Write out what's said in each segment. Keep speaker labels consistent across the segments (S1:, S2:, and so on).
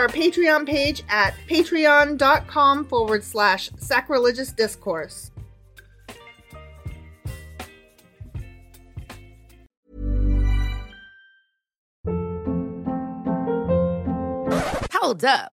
S1: our Patreon page at patreon.com forward slash sacrilegious discourse.
S2: Hold up.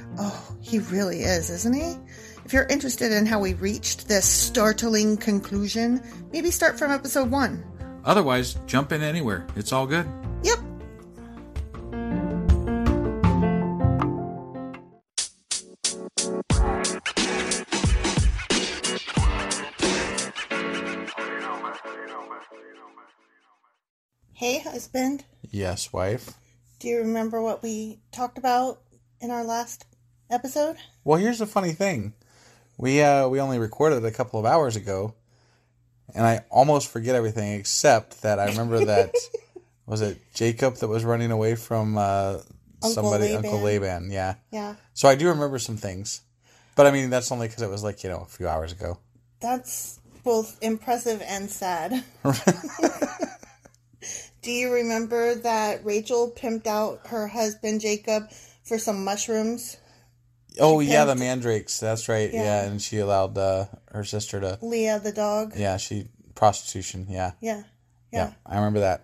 S1: Oh, he really is, isn't he? If you're interested in how we reached this startling conclusion, maybe start from episode one.
S3: Otherwise, jump in anywhere. It's all good.
S1: Yep. Hey, husband.
S4: Yes, wife.
S1: Do you remember what we talked about in our last episode?
S4: Well, here's the funny thing. We uh we only recorded a couple of hours ago, and I almost forget everything except that I remember that was it Jacob that was running away from uh
S1: Uncle
S4: somebody Uncle
S1: Laban.
S4: Laban, yeah.
S1: Yeah.
S4: So I do remember some things. But I mean, that's only cuz it was like, you know, a few hours ago.
S1: That's both impressive and sad. Do you remember that Rachel pimped out her husband Jacob for some mushrooms?
S4: Oh, yeah, the
S1: pimped-
S4: mandrakes. That's right. Yeah,
S1: Yeah.
S4: and she allowed uh, her sister to
S1: Leah the dog.
S4: Yeah, she prostitution, yeah.
S1: Yeah.
S4: Yeah. I remember that.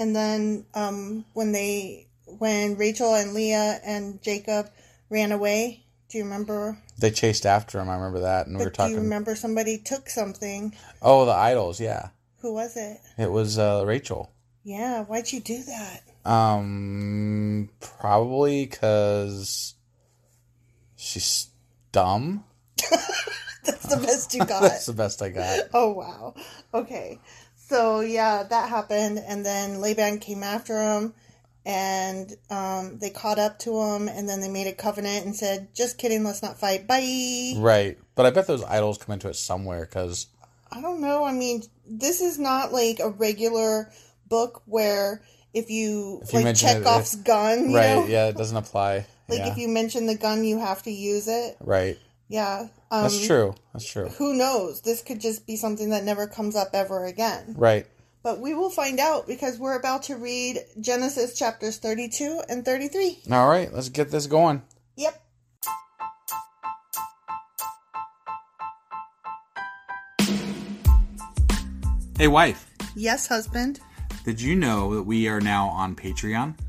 S1: And then um, when they when Rachel and Leah and Jacob ran away, do you remember?
S4: They chased after him. I remember that and we were
S1: but do
S4: talking
S1: you remember somebody took something?
S4: Oh, the idols, yeah.
S1: Who was it?
S4: It was uh, Rachel.
S1: Yeah, why'd you do that?
S4: Um, probably because she's dumb.
S1: That's the best you got.
S4: That's the best I got.
S1: Oh wow. Okay. So yeah, that happened and then Laban came after him and um, they caught up to him, and then they made a covenant and said, "Just kidding, let's not fight. Bye."
S4: Right. But I bet those idols come into it somewhere because
S1: I don't know. I mean, this is not like a regular book where if you,
S4: If you
S1: like
S4: mention it,
S1: Chekhov's
S4: it-
S1: gun, you
S4: right,
S1: know?
S4: yeah, it doesn't apply.
S1: Like
S4: yeah.
S1: if you mention the gun, you have to use it.
S4: right.
S1: Yeah. Um,
S4: That's true. That's true.
S1: Who knows? This could just be something that never comes up ever again.
S4: Right.
S1: But we will find out because we're about to read Genesis chapters 32 and 33.
S4: All right, let's get this going.
S1: Yep.
S3: Hey, wife,
S1: Yes, husband.
S3: did you know that we are now on Patreon?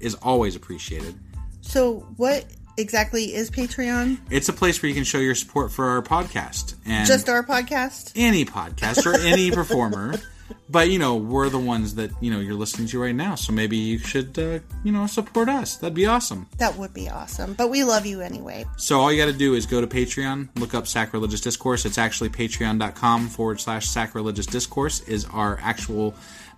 S3: is always appreciated.
S1: So, what exactly is Patreon?
S3: It's a place where you can show your support for our podcast and
S1: Just our podcast?
S3: any podcast or any performer. But you know we're the ones that you know you're listening to right now, so maybe you should uh, you know support us. That'd be awesome.
S1: That would be awesome. But we love you anyway.
S3: So all you got to do is go to Patreon, look up Sacrilegious Discourse. It's actually patreon.com forward slash sacrilegious discourse is our actual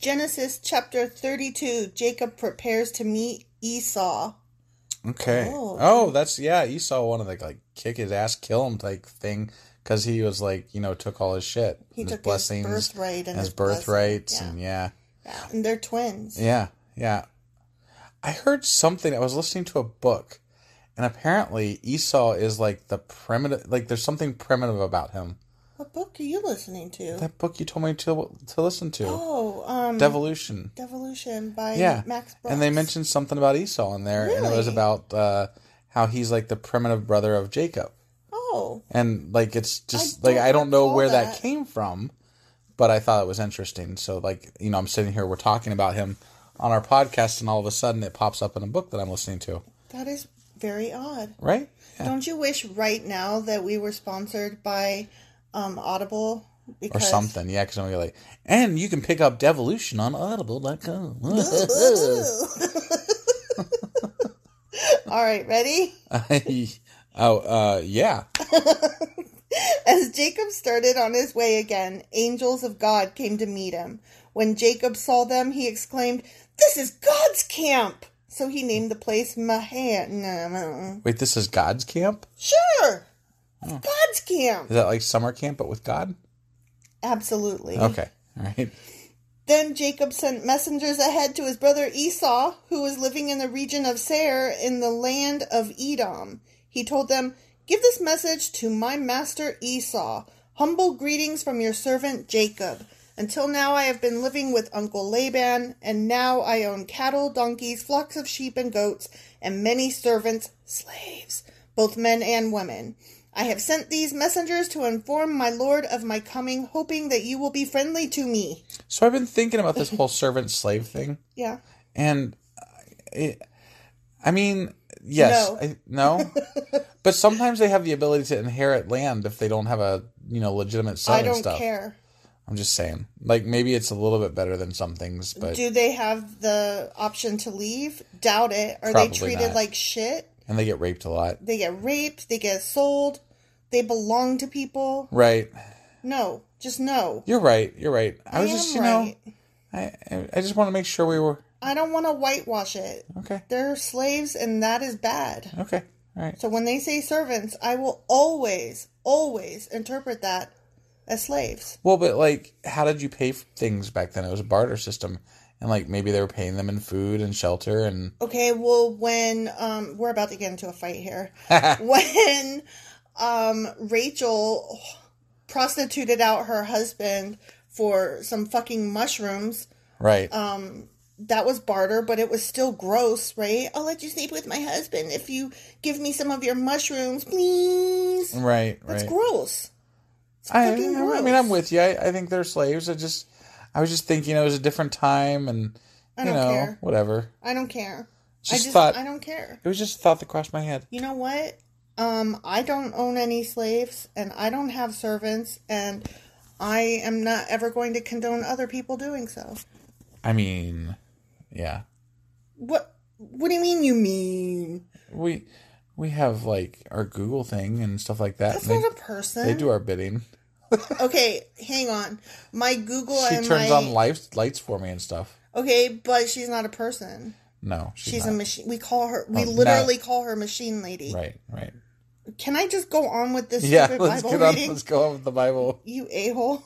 S1: Genesis chapter 32 Jacob prepares to meet Esau.
S4: Okay.
S1: Oh.
S4: Oh, that's yeah. Esau wanted to like kick his ass, kill him type thing because he was like you know took all his shit,
S1: He
S4: and
S1: took his birthright and his blessing,
S4: birthrights,
S1: yeah.
S4: and yeah,
S1: Yeah, and they're twins.
S4: yeah, yeah. I heard something. I was listening to a book, and apparently Esau is like the primitive. Like there's something primitive about him.
S1: What book are you listening to?
S4: That book you told me to to listen to,
S1: oh, um
S4: Devolution.
S1: Devolution by
S4: yeah,
S1: Max Brooks.
S4: and they mentioned something about Esau in there, and it was
S1: Really?
S4: about uh, how he's like the primitive brother of Jacob.
S1: Oh,
S4: and like it's just
S1: don't
S4: like I don't know
S1: recall
S4: where that.
S1: that.
S4: came from, but I thought it was interesting. So like you know, I'm sitting here, we're talking about him on our podcast, and all of a sudden it pops up in a book that I'm listening to.
S1: that is very odd.
S4: Right?
S1: Don't you wish right now that we were sponsored by um Audible
S4: or
S1: Because-
S4: something. Yeah, because I'm gonna be like, and you can pick up Devolution on Audible.com. Oh,
S1: All right, ready?
S4: I, oh, uh, yeah.
S1: As Jacob started on his way again, angels of God came to meet him. When Jacob saw them, he exclaimed, This is God's camp! So he named the place Mahan.
S4: Wait, this is God's camp.
S1: Sure! It's God's camp!
S4: Is that like summer camp but with God?
S1: Absolutely.
S4: Okay, all right.
S1: Then Jacob sent messengers ahead to his brother Esau, who was living in the region of Seir in the land of Edom. He told them, Give this message to my master Esau. Humble greetings from your servant Jacob. Until now I have been living with Uncle Laban, and now I own cattle, donkeys, flocks of sheep and goats, and many servants, slaves, both men and women. I have sent these messengers to inform my lord of my coming, hoping that you will be friendly to me.
S4: So I've been thinking about this whole servant slave thing,
S1: Yeah.
S4: and it, I mean, yes,
S1: No.
S4: I, no, but sometimes they have the ability to inherit land if they don't have a you know legitimate son
S1: I
S4: and
S1: don't
S4: stuff.
S1: care.
S4: I'm just saying, like maybe it's a little bit better than some things, but
S1: Do they have the option to leave? Doubt it. Are they
S4: Probably
S1: treated
S4: not.
S1: like shit?
S4: and they get raped a lot,
S1: They get raped, they get sold, they belong to people.
S4: right?
S1: No, just no.
S4: You're right. You're right. I, was
S1: am
S4: just you
S1: right.
S4: know, I- I I just want to make sure we were
S1: I don't want to whitewash it.
S4: okay.
S1: They're slaves and that is bad.
S4: Okay, all right.
S1: So when they say servants, I will always, always interpret that as slaves.
S4: Well, but like, how did you pay for things back then? It was a barter system, and like maybe they were paying them in food and shelter and
S1: Okay, well, when um, we're about to get into a fight here, when um, Rachel prostituted out her husband for some fucking mushrooms, um,
S4: right.
S1: that was barter, but it was still gross, right? I'll let you sleep with my husband if you give me some of your mushrooms, please.
S4: right,
S1: That's
S4: right.
S1: gross.
S4: I,
S1: fucking
S4: I- I mean,
S1: gross.
S4: I'm with you. I, I think they're slaves. I just, I was just thinking it was a different time, and
S1: I
S4: you
S1: don't
S4: know,
S1: care.
S4: whatever.
S1: I don't care. I
S4: Just
S1: just
S4: thought-
S1: I don't care.
S4: It was just a thought that crossed my head.
S1: You know what? Um, I don't own any slaves, and I don't have servants, and I am not ever going to condone other people doing so.
S4: I mean, yeah,
S1: What? What do you mean? You mean
S4: we we have like our Google thing and stuff like that.
S1: that's
S4: and
S1: not a
S4: they,
S1: person?
S4: they do our bidding.
S1: okay, hang on. My Google
S4: She
S1: and
S4: turns
S1: my
S4: on lights lights for me and stuff.
S1: okay, but she's not a person.
S4: No, she's,
S1: She's,
S4: not.
S1: a machine. We call her. We
S4: Oh,
S1: literally
S4: no.
S1: call her machine lady.
S4: Right, right.
S1: Can I just go on with this
S4: Yeah,
S1: stupid
S4: let's
S1: Bible
S4: get on.
S1: reading?
S4: Let's go on with the Bible.
S1: you a hole.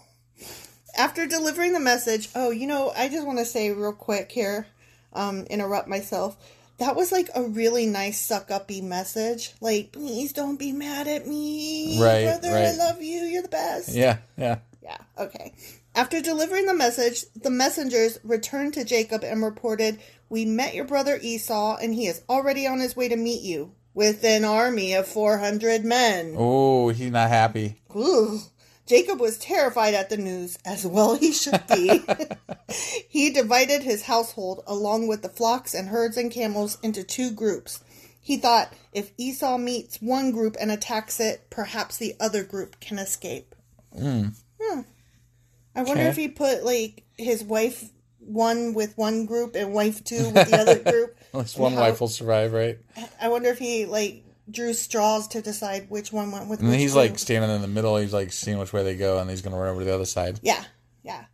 S1: After delivering the message, oh, you know, I just want to say real quick here, um, interrupt myself. That was like a really nice suck uppy message. Like, please don't be mad at me,
S4: Right,
S1: brother. I
S4: right.
S1: love you. You're the best.
S4: Yeah, yeah.
S1: Yeah, okay. After delivering the message, the messengers returned to Jacob and reported, We met your brother Esau, and he is already on his way to meet you with an army of 400 men.
S4: Oh, he's not happy.
S1: Ooh. Jacob was terrified at the news, as well he should be. he divided his household, along with the flocks and herds and camels, into two groups. He thought, if Esau meets one group and attacks it, perhaps the other group can escape. I wonder
S4: Hmm. Okay.
S1: if he put like his wife one with one group and wife two with the other group.
S4: At least one wife will survive, right?
S1: I wonder if he like drew straws to decide which one went with.
S4: And then
S1: which
S4: he's like
S1: group.
S4: standing in the middle. He's like seeing which way they go, and he's gonna run over to the other side.
S1: yeah, yeah.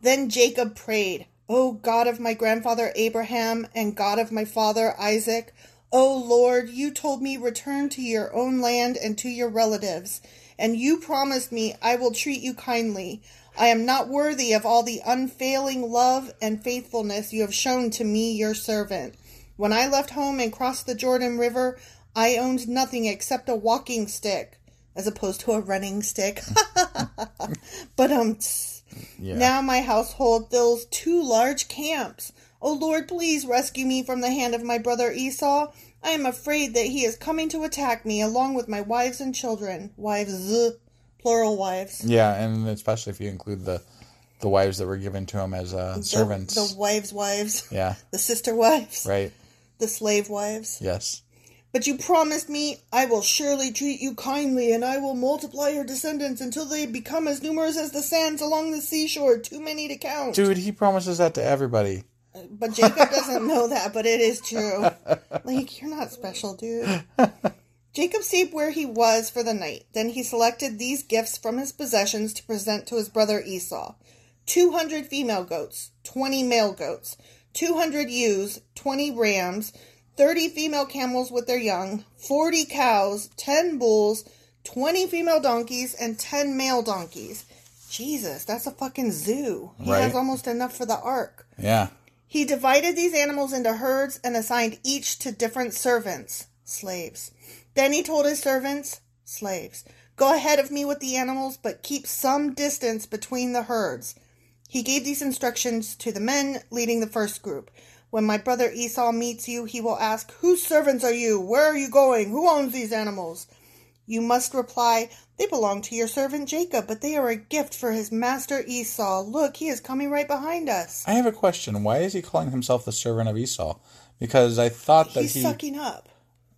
S1: Then Jacob prayed, "O God of my grandfather Abraham and God of my father Isaac, O Lord, you told me return to your own land and to your relatives, and you promised me I will treat you kindly." I am not worthy of all the unfailing love and faithfulness you have shown to me, your servant. When I left home and crossed the Jordan River, I owned nothing except a walking stick, as opposed to a running stick. but um, tss. now my household fills two large camps. Oh Lord, please rescue me from the hand of my brother Esau. I am afraid that he is coming to attack me along with my wives and children. Wives, plural wives.
S4: Yeah, and especially if you include the the wives that were given to him as uh,
S1: The-
S4: servants.
S1: The, wives' wives.
S4: yeah,
S1: The sister wives.
S4: right.
S1: The slave wives.
S4: Yes.
S1: But you promised me, I will surely treat you kindly, and I will multiply your descendants until they become as numerous as the sands along the seashore, too many to count.
S4: Dude, he promises that to everybody.
S1: But Jacob doesn't know that, but it is true. Like, you're not special, dude. Jacob stayed where he was for the night. Then he selected these gifts from his possessions to present to his brother Esau 200 female goats, 20 male goats, 200 ewes, 20 rams, 30 female camels with their young, 40 cows, 10 bulls, 20 female donkeys, and 10 male donkeys. Jesus, that's a fucking zoo. He
S4: Right.
S1: has almost enough for the ark.
S4: Yeah.
S1: He divided these animals into herds and assigned each to different servants, slaves. Then he told his servants, slaves, Go ahead of me with the animals, but keep some distance between the herds. He gave these instructions to the men leading the first group. When my brother Esau meets you, he will ask, Whose servants are you? Where are you going? Who owns these animals? You must reply, They belong to your servant Jacob, but they are a gift for his master Esau. Look, he is coming right behind us.
S4: I have a question. Why is he calling himself the servant of Esau? Because I thought that
S1: he's
S4: he
S1: sucking up.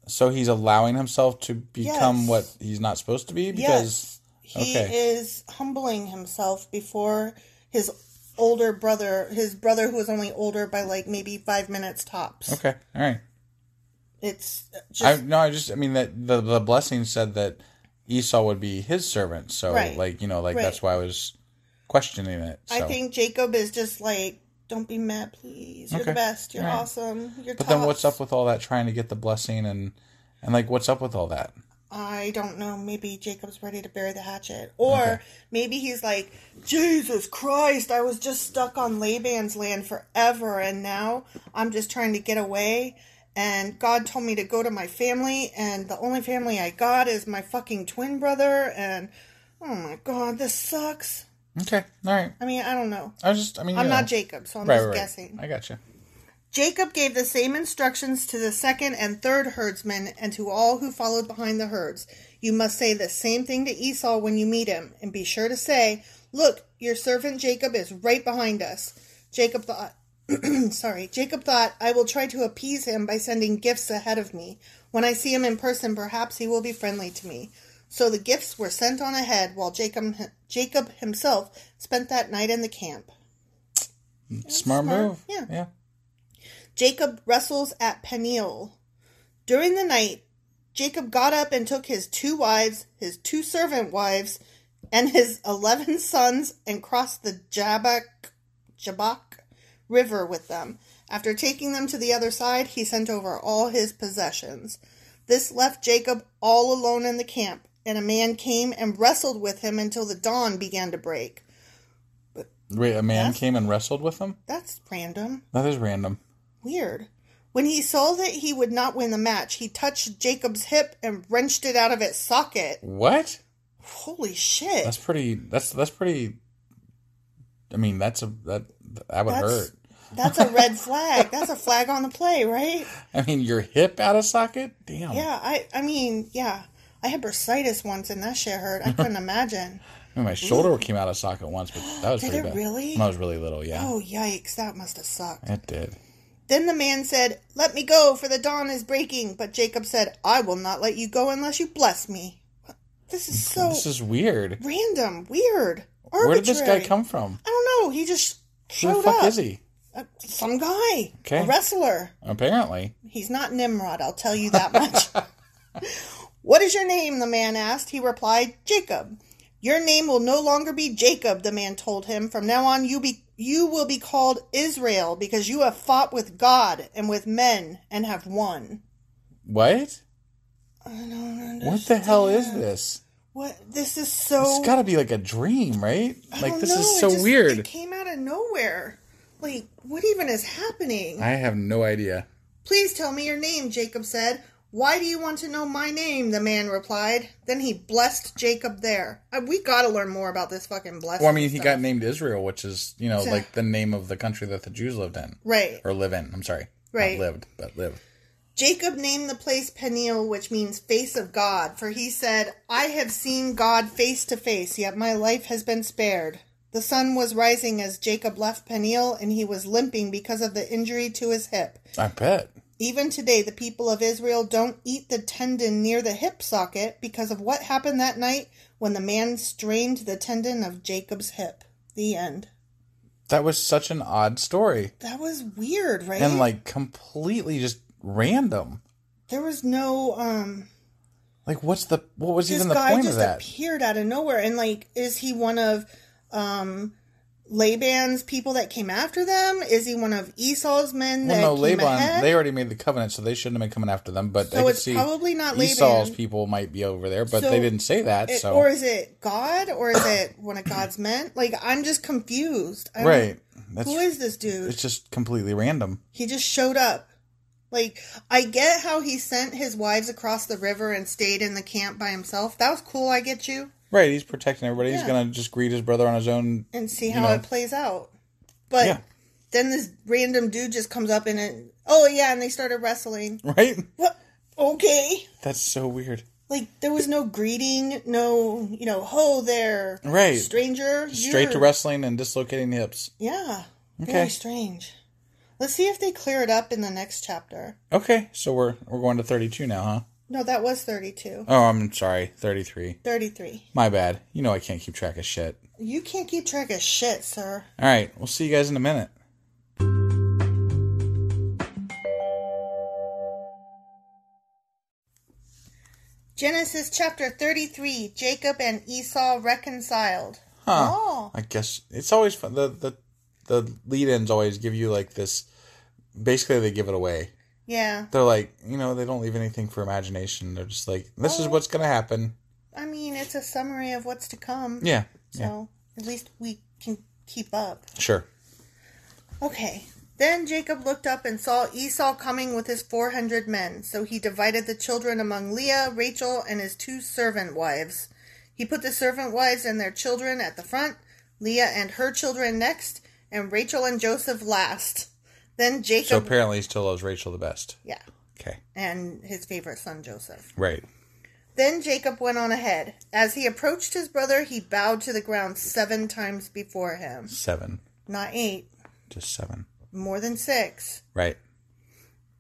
S4: so he's allowing himself to become
S1: Yes.
S4: what he's not supposed to be because
S1: yes, he
S4: okay.
S1: is humbling himself before his older brother, his brother who is only older by like maybe five minutes tops.
S4: Okay. All right.
S1: It's
S4: I
S1: just
S4: no, I just I mean that the the blessing said that Esau would be his servant. So
S1: Right.
S4: like, you know, like
S1: Right.
S4: that's why I was questioning it.
S1: I,
S4: So.
S1: think Jacob is just like, don't be mad, please. You're
S4: Okay.
S1: the best. You're
S4: All right.
S1: awesome. You're.
S4: But then what's
S1: tops."
S4: up with all that trying to get the blessing and and like what's up with all that?
S1: I don't know. Maybe Jacob's ready to bury the hatchet. Or maybe he's like, Jesus Christ, I was just stuck on Laban's land forever, and now I'm just trying to get away. And God told me to go to my family, and the only family I got is my fucking twin brother. And oh my God, this sucks.
S4: Okay. All right.
S1: I mean, I don't know.
S4: I was just I mean you
S1: I'm
S4: know.
S1: not Jacob, so I'm
S4: Right,
S1: just
S4: right, right.
S1: guessing.
S4: I got you.
S1: Jacob gave the same instructions to the second and third herdsmen and to all who followed behind the herds. You must say the same thing to Esau when you meet him, and be sure to say, Look, your servant Jacob is right behind us. Jacob thought, sorry, Jacob thought, I will try to appease him by sending gifts ahead of me. When I see him in person, perhaps he will be friendly to me. So the gifts were sent on ahead while Jacob, Jacob himself spent that night in the camp.
S4: Smart,
S1: smart.
S4: move.
S1: Yeah.
S4: Yeah.
S1: Jacob wrestles at Peniel. During the night, Jacob got up and took his two wives, his two servant wives, and his eleven sons and crossed the Jabbok, Jabbok River with them. After taking them to the other side, he sent over all his possessions. This left Jacob all alone in the camp, and a man came and wrestled with him until the dawn began to break.
S4: Wait, a man
S1: Yes.
S4: came and wrestled with him?
S1: That's random.
S4: That is random.
S1: Weird. When he saw that he would not win the match, he touched Jacob's hip and wrenched it out of its socket.
S4: What?
S1: Holy shit.
S4: That's pretty that's that's pretty I mean, that's a that that would
S1: That's-
S4: hurt.
S1: That's a red flag. That's a flag on the play, right?
S4: I mean, your hip out of socket? Damn.
S1: Yeah, I I mean, yeah. I had bursitis once and that shit hurt. I couldn't imagine.
S4: I mean, my shoulder came out of socket once, but that was
S1: Did
S4: pretty
S1: it
S4: bad.
S1: really?
S4: When I was really little, yeah.
S1: Oh, yikes. That must have sucked.
S4: It did.
S1: Then the man said, Let me go, for the dawn is breaking. But Jacob said, I will not let you go unless you bless me. This is so
S4: this is weird.
S1: random, weird, arbitrary.
S4: Where did this guy come from?
S1: I don't know. He just
S4: Who
S1: showed
S4: the fuck
S1: up.
S4: is he?
S1: Uh, some guy,
S4: Okay.
S1: a wrestler.
S4: Apparently.
S1: He's not Nimrod, I'll tell you that much. what is your name? The man asked. He replied, Jacob. Your name will no longer be Jacob, the man told him. From now on, you be you will be called Israel because you have fought with God and with men and have won.
S4: What?
S1: I don't understand.
S4: What the hell is this?
S1: What? This is so.
S4: It's got to be like a dream, right?
S1: I
S4: Like
S1: don't
S4: this
S1: know,
S4: is
S1: it
S4: so
S1: just- It
S4: weird.
S1: came out of nowhere. Like, what even is happening?
S4: I have no idea.
S1: Please tell me your name, Jacob said. Why do you want to know my name? The man replied. Then he blessed Jacob there. Uh, We gotta learn more about this fucking blessing.
S4: Well, I mean, he
S1: stuff.
S4: got named Israel, which is you know
S1: So-
S4: like the name of the country that the Jews lived in
S1: Right.
S4: or live in. I'm sorry,
S1: Right.
S4: Not lived, but live.
S1: Jacob named the place Peniel, which means face of God, for he said, I have seen God face to face, yet my life has been spared. The sun was rising as Jacob left Peniel, and he was limping because of the injury to his hip.
S4: I bet.
S1: Even today, the people of Israel don't eat the tendon near the hip socket because of what happened that night when the man strained the tendon of Jacob's hip. The end.
S4: That was such an odd story.
S1: That was weird, right?
S4: And like completely just random.
S1: there was no um
S4: Like what's the what was
S1: this
S4: even the
S1: guy
S4: point
S1: just
S4: of that?
S1: appeared out of nowhere and like is he one of um Laban's people that came after them? Is he one of Esau's men that
S4: Well, no,
S1: came
S4: Laban,
S1: ahead?
S4: they already made the covenant, so they shouldn't have been coming after them. But
S1: So
S4: I could
S1: it's
S4: see
S1: probably not Laban.
S4: Esau's people might be over there, but
S1: So
S4: they didn't say that.
S1: It-
S4: so
S1: Or is it God? Or is it one of God's men? Like I'm just confused. I'm,
S4: right, that's
S1: Who is this dude?
S4: it's just completely random.
S1: He just showed up. Like, I get how he sent his wives across the river and stayed in the camp by himself. That was cool, I get you.
S4: Right, he's protecting everybody. He's
S1: Yeah.
S4: gonna just greet his brother on his own.
S1: And see
S4: You
S1: how
S4: know.
S1: it plays out. But
S4: Yeah.
S1: then this random dude just comes up and it, oh yeah, and they started wrestling.
S4: Right,
S1: What? Okay.
S4: that's so weird.
S1: Like, there was no greeting, no, you know, ho there.
S4: Right.
S1: Stranger.
S4: Straight to
S1: you're-"
S4: wrestling and dislocating hips.
S1: Yeah.
S4: Okay.
S1: Very strange. Let's see if they clear it up in the next chapter.
S4: Okay, so we're we're going to thirty two now, huh?
S1: No, that was 32.
S4: Oh, I'm sorry, thirty three.
S1: 33.
S4: My bad. You know I can't keep track of shit.
S1: You can't keep track of shit, sir.
S4: All right, we'll see you guys in a minute.
S1: Genesis chapter 33 Jacob and Esau reconciled.
S4: Huh.
S1: Oh.
S4: I guess it's always fun. The the the lead ins always give you like this. Basically, they give it away.
S1: Yeah.
S4: They're like, you know, they don't leave anything for imagination. They're just like, this is what's gonna happen.
S1: I mean, it's a summary of what's to come.
S4: Yeah, yeah,
S1: So at least we can keep up.
S4: sure.
S1: Okay. Then Jacob looked up and saw Esau coming with his 400 men. So he divided the children among Leah, Rachel, and his two servant wives. He put the servant wives and their children at the front, Leah and her children next, and Rachel and Joseph last. Then
S4: So
S1: Jacob.
S4: apparently, he still loves Rachel the best.
S1: yeah.
S4: Okay,
S1: And his favorite son, Joseph.
S4: right.
S1: Then Jacob went on ahead. As he approached his brother, he bowed to the ground seven times before him.
S4: Seven,
S1: Not eight,
S4: just seven.
S1: more than six.
S4: Right.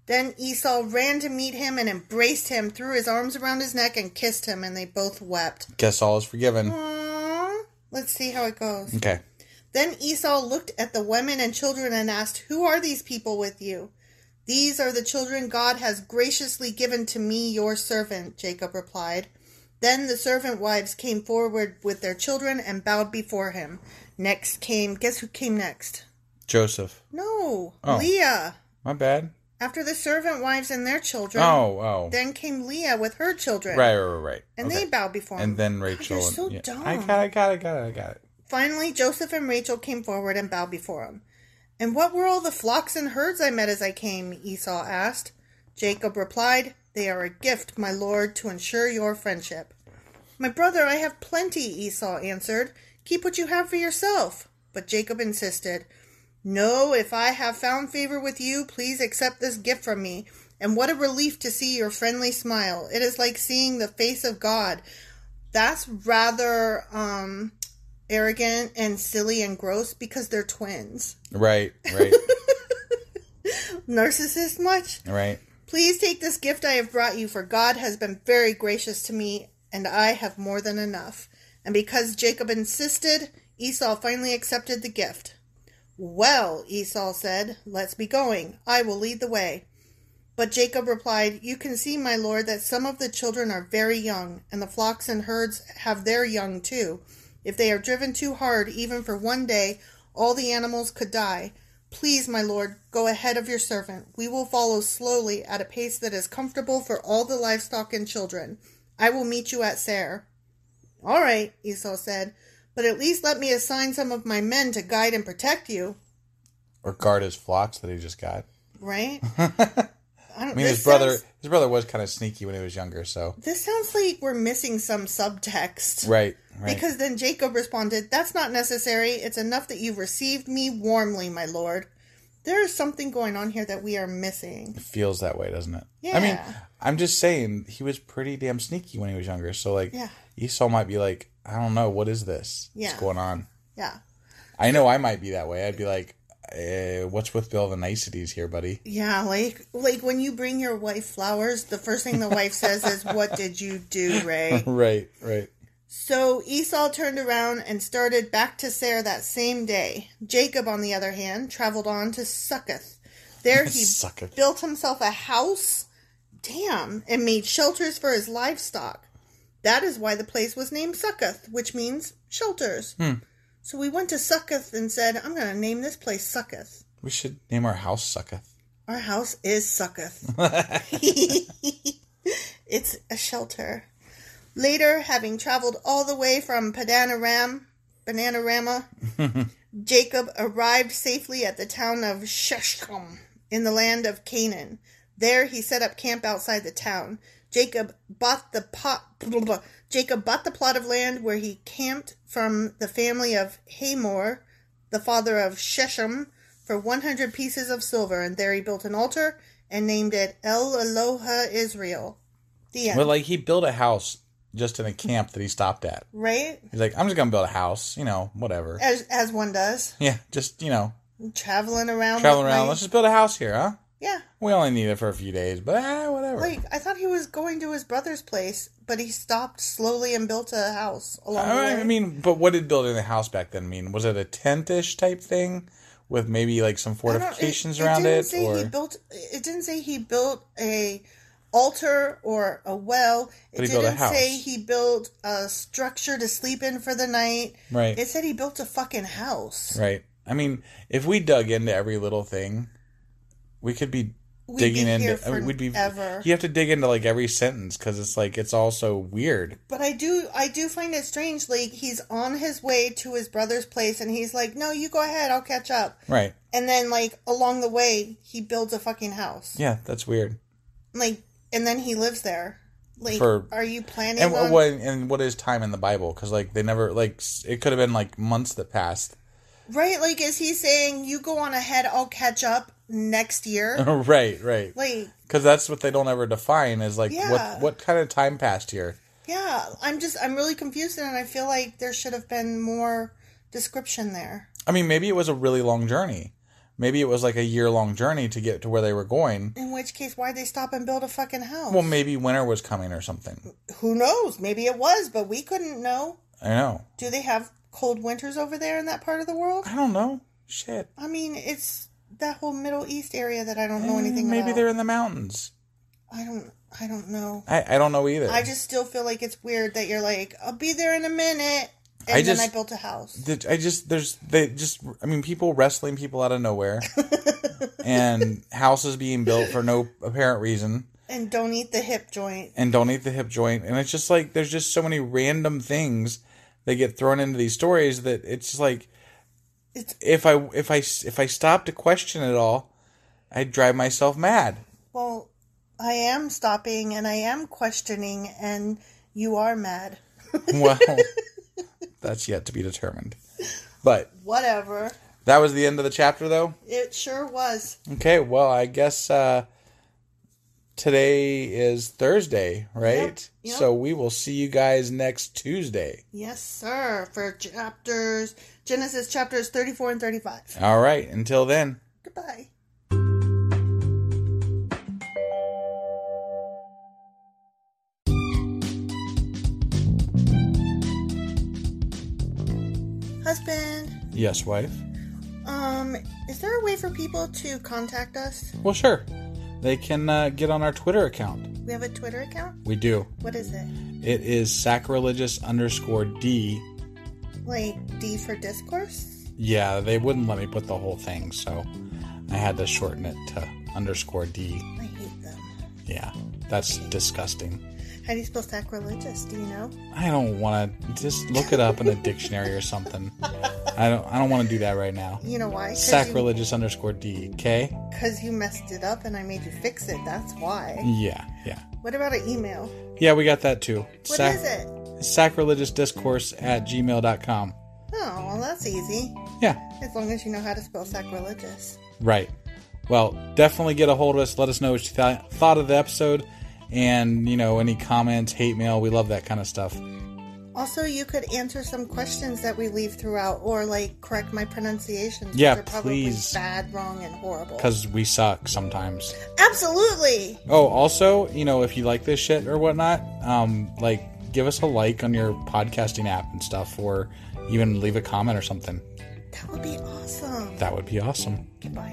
S1: Then Esau ran to meet him and embraced him, threw his arms around his neck, and kissed him, and they both wept.
S4: Guess all is forgiven.
S1: Aww. Let's see how it goes.
S4: Okay.
S1: Then Esau looked at the women and children and asked, Who are these people with you? These are the children God has graciously given to me, your servant, Jacob replied. Then the servant wives came forward with their children and bowed before him. Next came, guess who came next?
S4: Joseph.
S1: No,
S4: Oh.
S1: Leah.
S4: My bad.
S1: After the servant wives and their children.
S4: Oh, oh.
S1: Then came Leah with her children.
S4: Right, right, right. right.
S1: And
S4: Okay.
S1: they bowed before him.
S4: And then
S1: God,
S4: Rachel.
S1: they're
S4: and-
S1: so
S4: yeah.
S1: dumb.
S4: I got it, got it, got it, I got it.
S1: Finally, Joseph and Rachel came forward and bowed before him. And what were all the flocks and herds I met as I came? Esau asked. Jacob replied, They are a gift, my lord, to ensure your friendship. My brother, I have plenty, Esau answered. Keep what you have for yourself. But Jacob insisted, No, if I have found favor with you, please accept this gift from me. And what a relief to see your friendly smile. It is like seeing the face of God. That's rather um arrogant and silly and gross because they're twins.
S4: Right, right,
S1: Narcissist much?
S4: right.
S1: Please take this gift I have brought you, for God has been very gracious to me, and I have more than enough. And because Jacob insisted, Esau finally accepted the gift. Well, Esau said, let's be going. I will lead the way. But Jacob replied, You can see, my lord, that some of the children are very young, and the flocks and herds have their young too. If they are driven too hard, even for one day, all the animals could die. Please, my lord, go ahead of your servant. We will follow slowly at a pace that is comfortable for all the livestock and children. I will meet you at Sarah. All right, Esau said, but at least let me assign some of my men to guide and protect you,
S4: Or guard his flocks that he just got.
S1: right? I don't,
S4: I mean,
S1: this
S4: his brother,
S1: sounds-
S4: his brother was kind of sneaky when he was younger. So
S1: This sounds like we're missing some subtext.
S4: right, right,
S1: Because then Jacob responded, That's not necessary. It's enough that you've received me warmly, my lord. There is something going on here that we are missing.
S4: it feels that way, doesn't it? I mean,
S1: Yeah.
S4: I'm just saying he was pretty damn sneaky when he was younger. So like,
S1: Yeah.
S4: Esau might be like, I don't know, what is this?
S1: Yeah.
S4: What's going on?
S1: Yeah.
S4: I know I might be that way. I'd be like, eh, what's with all the niceties here, buddy?
S1: Yeah, like like when you bring your wife flowers, the first thing the wife says is, "What did you do, Ray?"
S4: right, right.
S1: So Esau turned around and started back to Sarah that same day. Jacob, on the other hand, traveled on to Succoth. There he
S4: Succoth.
S1: built himself a house, damn, and made shelters for his livestock. That is why the place was named Succoth, which means shelters. So we went to Succoth and said, I'm going to name this place Succoth.
S4: We should name our house Succoth.
S1: Our house is Succoth. it's a shelter. Later, having traveled all the way from Padanaram, Bananarama, Jacob arrived safely at the town of Sheshchem in the land of Canaan. There he set up camp outside the town. Jacob bought the pot blah, blah. Jacob bought the plot of land where he camped from the family of Hamor, the father of Sheshem, for 100 pieces of silver, and there he built an altar and named it El Eloha Israel. The end.
S4: But like he built a house just in a camp that he stopped at.
S1: right?
S4: He's like, I'm just gonna build a house, you know, whatever.
S1: As, as one does.
S4: Yeah, just you know,
S1: Traveling around.
S4: traveling
S1: with
S4: around.
S1: my-
S4: Let's just build a house here, huh?
S1: yeah.
S4: We only need it for a few days, but ah, whatever.
S1: Like, I thought he was going to his brother's place, but he stopped slowly and built a house along
S4: All
S1: the way.
S4: right, I mean, but what did building a house back then mean? Was it a tent-ish type thing with maybe like some
S1: I don't- it-
S4: fortifications around
S1: didn't
S4: it,
S1: say
S4: or
S1: he built, it didn't say he built a altar or a well. It
S4: But he
S1: didn't
S4: built a house.
S1: say he built a structure to sleep in for the night.
S4: right,
S1: It said he built a fucking house.
S4: right? I mean, if we dug into every little thing, we could be
S1: We'd
S4: digging
S1: be
S4: into.
S1: here
S4: I mean, we'd be.
S1: forever.
S4: You have to dig into like every sentence because it's like it's all so weird.
S1: But I do, I do find it strange. Like he's on his way to his brother's place, and he's like, "No, you go ahead, I'll catch up."
S4: Right?
S1: And then, like along the way, he builds a fucking house.
S4: Yeah, that's weird.
S1: Like, and then he lives there. Like,
S4: For-
S1: are you planning?
S4: And
S1: on...
S4: what and what is time in the Bible? Because like they never like s- it could have been like months that passed.
S1: Right? Like, is he saying you go on ahead? I'll catch up next year.
S4: right, right.
S1: like,
S4: Because that's what they don't ever define is like
S1: Yeah.
S4: what what kind of time passed here.
S1: yeah, I'm just, I'm really confused, and I feel like there should have been more description there.
S4: I mean, maybe it was a really long journey. Maybe it was like a year long journey to get to where they were going.
S1: In which case, why'd they stop and build a fucking house?
S4: Um, Well, maybe winter was coming or something.
S1: who knows? Maybe it was, but we couldn't know.
S4: I know.
S1: Do they have cold winters over there in that part of the world?
S4: I don't know. Shit.
S1: I mean, it's that whole Middle East area that I don't know anything
S4: Eh, Maybe
S1: about.
S4: they're in the mountains.
S1: I don't. I don't know.
S4: I, I don't know either.
S1: I just still feel like it's weird that you're like, I'll be there in a minute, and
S4: I
S1: then
S4: just-
S1: I built a house.
S4: Did- I just there's they just I mean people wrestling people out of nowhere, and houses being built for no apparent reason,
S1: And don't eat the hip joint.
S4: and don't eat the hip joint, and it's just like there's just so many random things that get thrown into these stories that it's just like
S1: It's
S4: if I if I if I stopped to question it all, I'd drive myself mad.
S1: well, I am stopping and I am questioning, and you are mad.
S4: Well, that's yet to be determined. But
S1: Whatever.
S4: that was the end of the chapter, though.
S1: It sure was.
S4: Okay, well, I guess uh, today is Thursday, right?
S1: Yep, yep.
S4: So we will see you guys next Tuesday.
S1: Yes, sir. For chapters, Genesis chapters 34 and 35.
S4: All right, until then.
S1: Goodbye. Husband,
S4: Yes, wife.
S1: um, is there a way for people to contact us?
S4: Well, sure. They can uh, get on our Twitter account.
S1: We have a Twitter account.
S4: We do.
S1: What is it?
S4: It is sacrilegious underscore D.
S1: Like D for discourse?
S4: Yeah, they wouldn't let me put the whole thing, so I had to shorten it to underscore D.
S1: I hate them.
S4: Yeah, that's disgusting.
S1: How do you spell sacrilegious? Do you know?
S4: I don't want to just look it up in a dictionary or something. I don't. I don't want to do that right now.
S1: You know why?
S4: Sacrilegious underscore D. Okay.
S1: Because you messed it up and I made you fix it. That's why.
S4: Yeah. Yeah.
S1: What about an email?
S4: Yeah, we got that too.
S1: What is it?
S4: Sacrilegious discourse at gmail.com.
S1: Oh, well, that's easy.
S4: Yeah.
S1: As long as you know how to spell sacrilegious.
S4: Right. Well, definitely get a hold of us. Let us know what you th- thought of the episode, and you know any comments, hate mail. We love that kind of stuff.
S1: Also, you could answer some questions that we leave throughout, or like correct my pronunciations.
S4: Yeah,
S1: which are probably
S4: please.
S1: Bad, wrong, and horrible.
S4: because we suck sometimes.
S1: absolutely.
S4: Oh, also, you know, if you like this shit or whatnot, um, like give us a like on your podcasting app and stuff, or even leave a comment or something.
S1: That would be awesome.
S4: That would be awesome.
S1: Goodbye.